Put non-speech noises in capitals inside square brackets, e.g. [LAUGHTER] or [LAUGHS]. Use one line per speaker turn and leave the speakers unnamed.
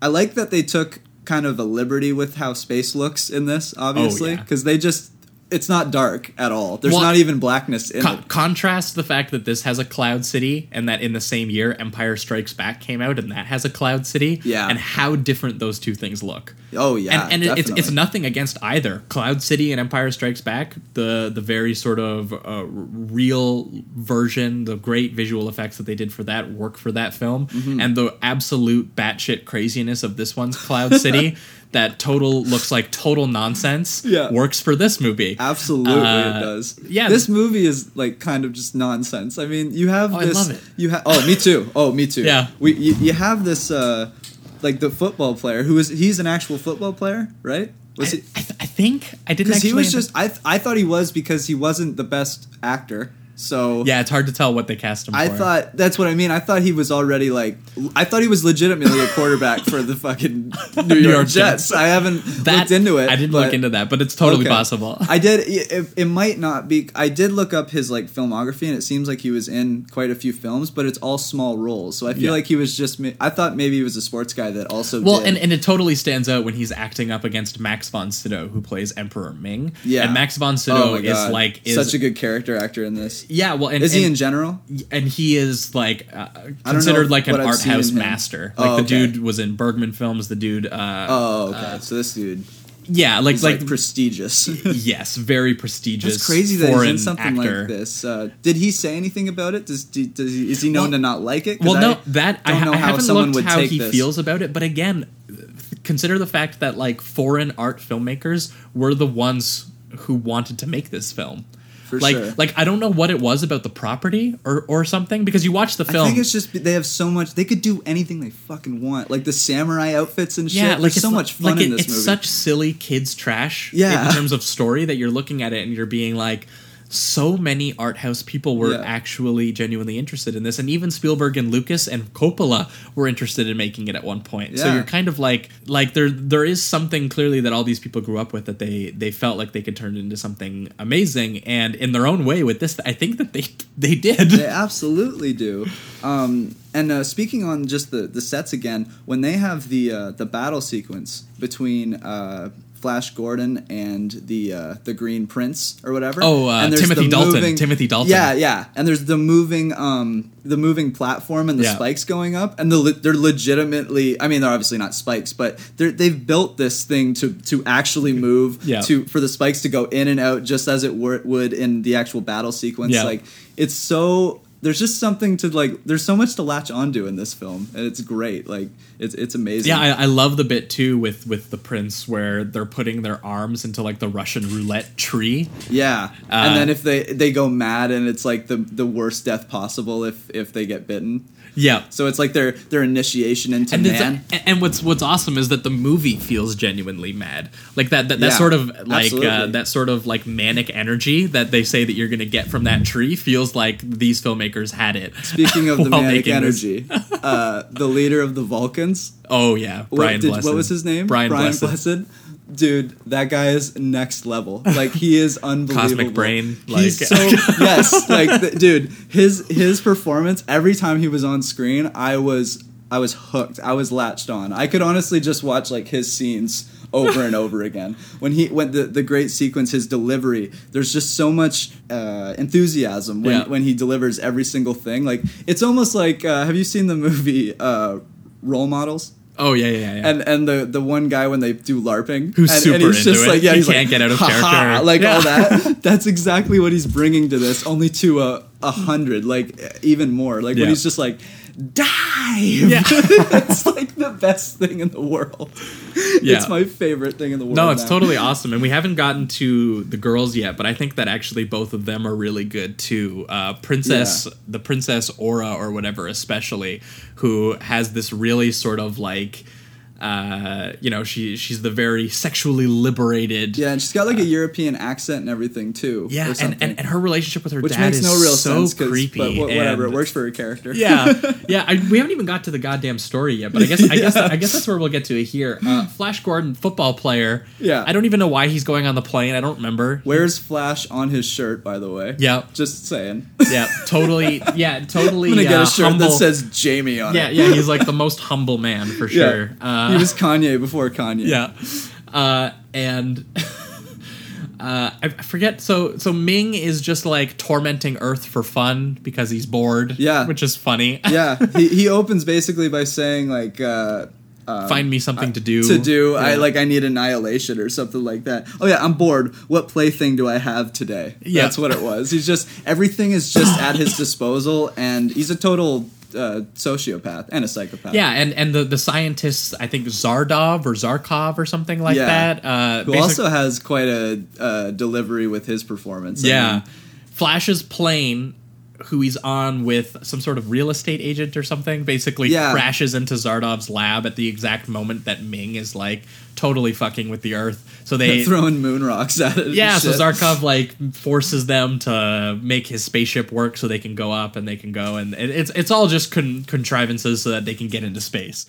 I like that they took kind of a liberty with how space looks in this, obviously,
Oh, yeah.
because they just it's not dark at all. There's
Well,
not even blackness in
Con-
it.
contrast the fact that this has a cloud city and that in the same year Empire Strikes Back came out and that has a cloud city.
Yeah.
And how different those two things look.
Oh yeah,
and, and it's, it's
definitely.
nothing against either cloud city and empire strikes back the the very sort of uh, r- real version the great visual effects that they did for that work for that film
Mm-hmm.
and the absolute batshit craziness of this one's cloud city
[LAUGHS]
that total looks like total nonsense
Yeah.
works for this movie
Absolutely,
Uh,
it does.
yeah.
this movie is like kind of just nonsense. I mean, you have
Oh, I
this.
love it.
You have. Oh, me too. Oh, me too.
Yeah.
We you, you have this. uh Like the football player who is he's an actual football player, right?
I,
Was he?
I, th- I think i
Because
didn't actually
he was just. I th- I thought he was because he wasn't the best actor. So
yeah it's hard to tell what they cast him
I
for
thought that's what I mean. I thought he was already like I thought he was legitimately a quarterback for the
[LAUGHS]
fucking New York,
York
Jets.
Jets.
I haven't
that,
looked into it.
i didn't
but-
look into that but it's totally
Okay.
possible
I did. It, it might not be. I did look up his like filmography, and it seems like he was in quite a few films, but it's all small roles. So I feel
Yeah.
like he was just. ma- I thought maybe he was a sports guy that also.
[LAUGHS] Well,
did.
and, and it totally stands out when he's acting up against Max von Sydow, who plays Emperor Ming.
Yeah.
and Max von
oh
Sydow
my
is
god,
like is,
such a good character actor in this.
yeah. Well, and
Is he in
and,
general?
and he is like uh,
know
considered like an
what I've
art
seen
house
in him.
master.
Oh,
Like the
okay.
dude was in Bergman films. The dude, uh,
Oh, okay. so this dude,
yeah, like
he's like,
like,
prestigious.
[LAUGHS]
[LAUGHS]
yes, very prestigious.
It's crazy that he's
foreign
in something
actor.
like this. Uh, did he say anything about it? Does, do- does he, is he known
Well-
to not like it? 'Cause
Well,
I
no, that I,
don't
ha-
know
I
how
haven't
someone
looked
would
how
take
he
this.
feels about it. But again, consider the fact that like foreign art filmmakers were the ones who wanted to make this film.
For
like,
sure.
like I don't know what it was about the property or or something because you watch the
I
film.
think it's just be- they have so much. They could do anything they fucking want, like the samurai outfits and shit.
yeah, like
There's
it's
so
li-
much fun
like
in
it-
this
it's
movie.
such silly kids trash.
Yeah.
in terms of story that you're looking at it and you're being like. So many art house people were
Yeah.
actually genuinely interested in this, and even Spielberg and Lucas and Coppola were interested in making it at one point. So
Yeah.
you're kind of like, like there, there is something clearly that all these people grew up with that they they felt like they could turn into something amazing, and in their own way with this, I think that they they did.
They absolutely do. Um, and uh, speaking on just the, the sets again, when they have the uh, the battle sequence between uh, Flash Gordon and the uh, the Green Prince or whatever.
Oh, uh,
and there's
Timothy
the
Dalton. Timothy Dalton.
Yeah, yeah. And there's the moving um, the moving platform and the
Yeah.
spikes going up, and the le- they're legitimately. I mean, they're obviously not spikes, but they're, they've built this thing to to actually move
Yeah.
to for the spikes to go in and out just as it were, would in the actual battle sequence.
Yeah.
Like it's so there's just something to like there's so much to latch onto in this film and it's great. Like it's it's amazing.
Yeah, I, I love the bit too with with the prince where they're putting their arms into like the Russian roulette tree.
yeah. and
Uh,
then if they they go mad and it's like the the worst death possible if if they get bitten.
Yeah.
So it's like their their initiation into
And, it's-
man.
a- and what's what's awesome is that the movie feels genuinely mad, like that that, that
Yeah,
sort of like uh,
absolutely.
that sort of like manic energy that they say that you're gonna get from that tree feels like these filmmakers had it.
Speaking
[LAUGHS]
of the
while
manic
making this-
energy, uh, the leader of the Vulcans,
oh yeah,
What
Brian.
did-
Blessed.
What was his name?
Brian, Blessed.
Blessed. Dude, that guy is next level. Like he
[LAUGHS]
is unbelievable.
brain,
He's
like-
so
[LAUGHS]
yes. Like th- dude, his his performance every time he was on screen, I was I was hooked. I was latched on. I could honestly just watch like his scenes over and over again. When he when the the great sequence, his delivery, there's just so much uh, enthusiasm when
Yeah.
when he delivers every single thing. Like it's almost like uh, have you seen the movie uh, Role Models?
Oh yeah, yeah, yeah.
and and the the one guy when they do larping
Who's
and,
super
and he's
into
just
it.
like yeah
He
he's
can't
like,
get out of
"Ha ha,"
character.
like all
Yeah.
that [LAUGHS] that's exactly what he's bringing to this only to a a hundred like even more like when
Yeah.
he's just like dive
Yeah.
[LAUGHS] it's like the best thing in the world
Yeah.
it's my favorite thing in the world
No, it's
now.
totally awesome, and we haven't gotten to the girls yet, but I think that actually both of them are really good too. Uh, Princess,
Yeah.
the Princess Aura or whatever, especially, who has this really sort of like, uh, you know, she she's the very sexually liberated.
yeah and she's got like a European accent and everything too or
Yeah, and,
something,
and, and her relationship with her
which
dad
makes
is
no real
so
sense 'cause-
creepy.
but wha- whatever
and-
it works for her character
[LAUGHS] yeah, yeah. I, we haven't even got to the goddamn story yet, but I guess I guess I guess that's where we'll get to it here. Uh, Flash Gordon, football player.
Yeah.
I don't even know why he's going on the plane. I don't remember.
Where's Flash on his shirt, by the way?
Yeah.
Just saying.
Yeah, totally. Yeah, totally.
I'm gonna get
uh,
a shirt
humble.
that says Jamie on
Yeah,
it.
yeah. He's like the most humble man for
Yeah.
sure. Uh,
he was Kanye before Kanye.
yeah. Uh, and [LAUGHS] uh, I I forget. So so Ming is just like tormenting Earth for fun because he's bored.
Yeah.
which is funny. [LAUGHS]
yeah. He, he opens basically by saying like uh,
[LAUGHS] Find me something to do.
to do. I
Yeah.
like I need annihilation or something like that. Oh yeah, I'm bored. What plaything do I have today?
Yeah.
That's what it was. He's just everything is just at his disposal, and he's a total uh, sociopath and a psychopath.
Yeah, and and the the scientists, I think Zardov or Zarkov or something like
Yeah.
that. Uh,
Who
basic-
also has quite a uh, delivery with his performance. I
yeah,
mean,
Flash's plane, who he's on with some sort of real estate agent or something, basically
Yeah.
crashes into Zardov's lab at the exact moment that Ming is like totally fucking with the Earth. So they.
throwing moon rocks at it. and
yeah, so
shit.
Zarkov like forces them to make his spaceship work so they can go up and they can go and it- it's it's all just con- contrivances so that they can get into space.